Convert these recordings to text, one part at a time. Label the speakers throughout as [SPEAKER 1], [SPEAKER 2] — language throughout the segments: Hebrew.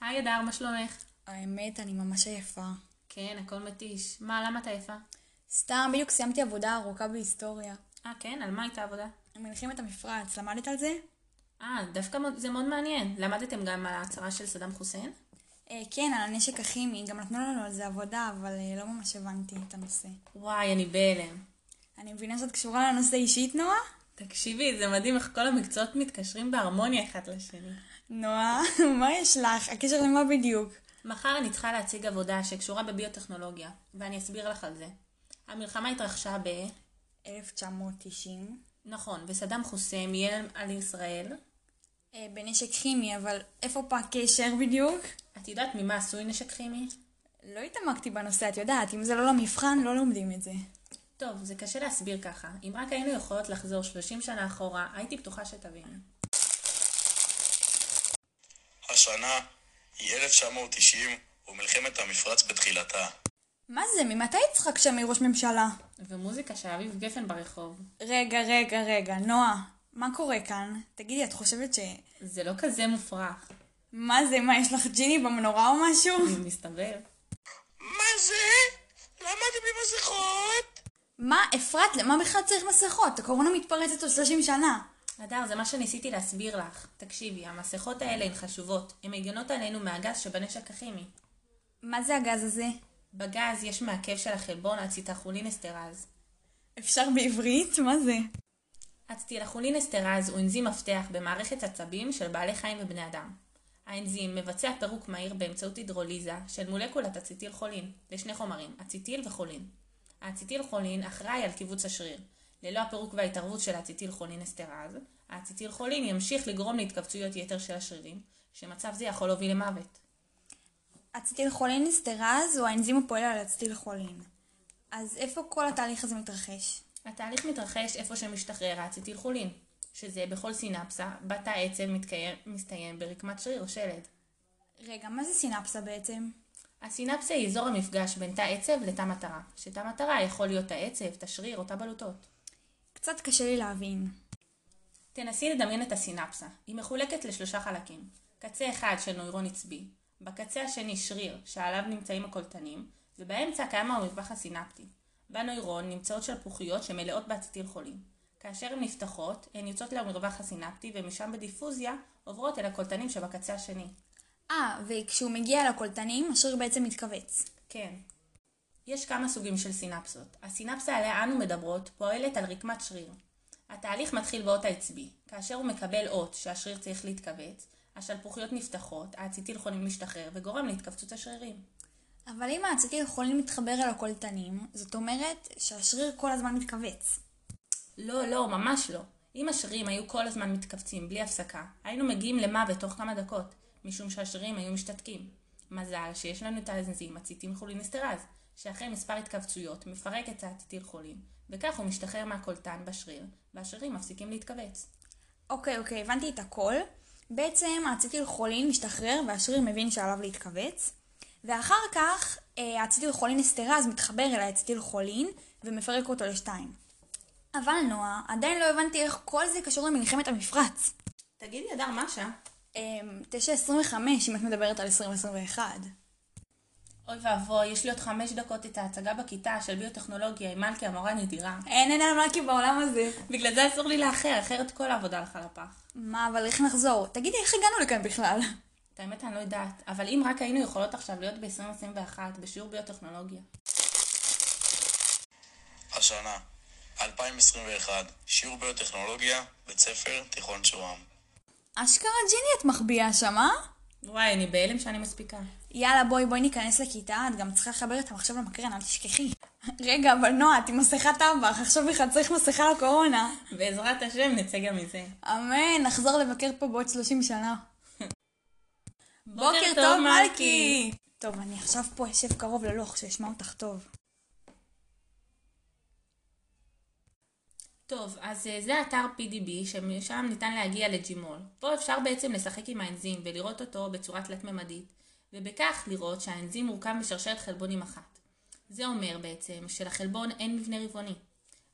[SPEAKER 1] היי אדר, מה שלומך?
[SPEAKER 2] האמת, אני ממש עייפה.
[SPEAKER 1] כן, הכל מתיש. מה, למה אתה עייפה?
[SPEAKER 2] סתם, בדיוק סיימתי עבודה ארוכה בהיסטוריה.
[SPEAKER 1] אה, כן? על מה הייתה העבודה?
[SPEAKER 2] מלחמת המפרץ, למדת על זה?
[SPEAKER 1] אה, דווקא מ- זה מאוד מעניין. למדתם גם על ההצהרה של סדאם חוסיין?
[SPEAKER 2] אה, כן, על הנשק הכימי, גם נתנו לנו על זה עבודה, אבל אה, לא ממש הבנתי את הנושא.
[SPEAKER 1] וואי, אני בהלם.
[SPEAKER 2] אני מבינה שאת קשורה לנושא אישית, נועה?
[SPEAKER 1] תקשיבי, זה מדהים איך כל המקצועות מתקשרים בהרמוניה אחד לשני.
[SPEAKER 2] נועה, מה יש לך? הקשר למה בדיוק?
[SPEAKER 1] מחר אני צריכה להציג עבודה שקשורה בביוטכנולוגיה, ואני אסביר לך על זה. המלחמה התרחשה ב...
[SPEAKER 2] 1990.
[SPEAKER 1] נכון, וסדאם חוסיין איים על ישראל.
[SPEAKER 2] אה, בנשק כימי, אבל איפה פה הקשר בדיוק?
[SPEAKER 1] את יודעת ממה עשוי נשק כימי?
[SPEAKER 2] לא התעמקתי בנושא, את יודעת, אם זה לא למבחן, לא לומדים את זה.
[SPEAKER 1] טוב, זה קשה להסביר ככה. אם רק היינו יכולות לחזור 30 שנה אחורה, הייתי בטוחה שתביני.
[SPEAKER 3] השנה היא 1990 ומלחמת המפרץ בתחילתה.
[SPEAKER 2] מה זה, ממתי יצחק שמיר ראש ממשלה?
[SPEAKER 1] ומוזיקה של אביב גפן ברחוב.
[SPEAKER 2] רגע, רגע, רגע, נועה, מה קורה כאן? תגידי, את חושבת ש...
[SPEAKER 1] זה לא כזה מופרך.
[SPEAKER 2] מה זה, מה, יש לך ג'יני במנורה או משהו?
[SPEAKER 1] מסתבר.
[SPEAKER 3] מה זה? למה אתם בלי מסכות?
[SPEAKER 2] מה, אפרת, למה בכלל צריך מסכות? הקורונה מתפרצת עוד 30 שנה.
[SPEAKER 1] הדר, זה מה שניסיתי להסביר לך. תקשיבי, המסכות האלה הן חשובות. הן מגנות עלינו מהגז שבנשק הכימי.
[SPEAKER 2] מה זה הגז הזה?
[SPEAKER 1] בגז יש מעכב של החלבון אציטחולין אסטרז.
[SPEAKER 2] אפשר בעברית? מה זה?
[SPEAKER 1] אציטחולין אסטרז הוא אנזים מפתח במערכת עצבים של בעלי חיים ובני אדם. האנזים מבצע פירוק מהיר באמצעות הידרוליזה של מולקולת אצטילכולין לשני חומרים, אציטיל וחולין. האציטילכולין אחראי על קיבוץ השריר. ללא הפירוק וההתערבות של האציטילכולין אסטרז, האציטילכולין ימשיך לגרום להתכווצויות יתר של השרירים, שמצב זה יכול להוביל למוות.
[SPEAKER 2] אצטילכולין אסטרז הוא האנזים הפועל על אצטילכולין. אז איפה כל התהליך הזה מתרחש?
[SPEAKER 1] התהליך מתרחש איפה שמשתחרר האציטילכולין, שזה בכל סינפסה, בת העצב מתקיים, מסתיים ברקמת שריר או שלד.
[SPEAKER 2] רגע, מה זה סינפסה בעצם?
[SPEAKER 1] הסינפסה היא אזור המפגש בין תא עצב לתא מטרה, שתא מטרה יכול להיות תא עצב, תא שריר או תא בלוטות.
[SPEAKER 2] קצת קשה לי להבין.
[SPEAKER 1] תנסי לדמיין את הסינפסה, היא מחולקת לשלושה חלקים. קצה אחד של נוירון עצבי, בקצה השני שריר, שעליו נמצאים הקולטנים, ובאמצע קיים המרווח הסינפטי. בנוירון נמצאות שלפוחיות שמלאות באציטילכולין. כאשר הן נפתחות, הן יוצאות למרווח הסינפטי ומשם בדיפוזיה עוברות אל הקולטנים שבקצה השני.
[SPEAKER 2] אה, וכשהוא מגיע לקולטנים, השריר בעצם מתכווץ.
[SPEAKER 1] כן. יש כמה סוגים של סינפסות. הסינפסה עליה אנו מדברות פועלת על רקמת שריר. התהליך מתחיל באות העצבי. כאשר הוא מקבל אות שהשריר צריך להתכווץ, השלפוחיות נפתחות, האציטילכולין משתחרר וגורם להתכווצות השרירים.
[SPEAKER 2] אבל אם העצבים יכולים להתחבר אל הקולטנים, זאת אומרת שהשריר כל הזמן מתכווץ.
[SPEAKER 1] לא, לא, ממש לא. אם השרירים היו כל הזמן מתכווצים בלי הפסקה, היינו מגיעים למוות תוך כמה דקות, משום שהשרירים היו משתתקים. מזל שיש לנו את האנזים אציטילכולינסטרז, שאחרי מספר התכווצויות מפרק את האציטילכולין, וכך הוא משתחרר מהקולטן בשריר, והשרירים מפסיקים להתכווץ.
[SPEAKER 2] אוקיי, אוקיי, הבנתי את הכל. בעצם האצטילכולין משתחרר והשריר מבין שעליו להתכווץ. ואחר כך אה, האצטילכולין אסטרז מתחבר אל האצטילכולין ומפרק אותו לשתיים. אבל נועה, עדיין לא הבנתי איך כל זה קשור למלחמת המפרץ.
[SPEAKER 1] תגידי, אדר, מה השעה?
[SPEAKER 2] אה, 9.25 אם את מדברת על 2021.
[SPEAKER 1] אוי ואבוי, יש לי עוד חמש דקות את ההצגה בכיתה של ביוטכנולוגיה עם מלכי המורה נדירה.
[SPEAKER 2] אין אין על מלכי בעולם הזה.
[SPEAKER 1] בגלל זה אסור לי לאחר, אחרת כל העבודה הלכה לפח.
[SPEAKER 2] מה, אבל איך נחזור? תגידי, איך הגענו לכאן בכלל?
[SPEAKER 1] את האמת אני לא יודעת, אבל אם רק היינו יכולות עכשיו להיות ב-2021 בשיעור ביוטכנולוגיה.
[SPEAKER 3] השנה 2021 שיעור ביוטכנולוגיה, בית ספר, תיכון שוהם.
[SPEAKER 2] אשכרה ג'יני את מחביאה שם, אה?
[SPEAKER 1] וואי, אני בהלם שאני מספיקה.
[SPEAKER 2] יאללה, בואי, בואי ניכנס לכיתה, את גם צריכה לחבר את המחשב למקרן, אל תשכחי. רגע, אבל נועה, את עם מסכת טבח, עכשיו בכלל צריך מסכה לקורונה.
[SPEAKER 1] בעזרת השם נצא גם מזה.
[SPEAKER 2] אמן, נחזור לבקר פה בעוד 30 שנה. טוב, אני עכשיו פה אשב קרוב ללוח, שישמע אותך טוב.
[SPEAKER 1] טוב, אז אה, זה אתר PDB, שמשם ניתן להגיע לג'ימול. פה אפשר בעצם לשחק עם האנזים ולראות אותו בצורה תלת-ממדית, ובכך לראות שהאנזים מורכב משרשרת חלבונים אחת. זה אומר בעצם שלחלבון אין מבנה רבעוני.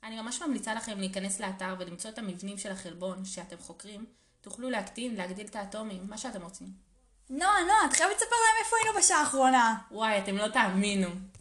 [SPEAKER 1] אני ממש ממליצה לכם להיכנס לאתר ולמצוא את המבנים של החלבון שאתם חוקרים, תוכלו להקטין, להגדיל את האטומים, מה שאתם רוצים.
[SPEAKER 2] נועה, נועה, את חייבת לספר להם איפה היינו בשעה האחרונה.
[SPEAKER 1] וואי, אתם לא תאמינו.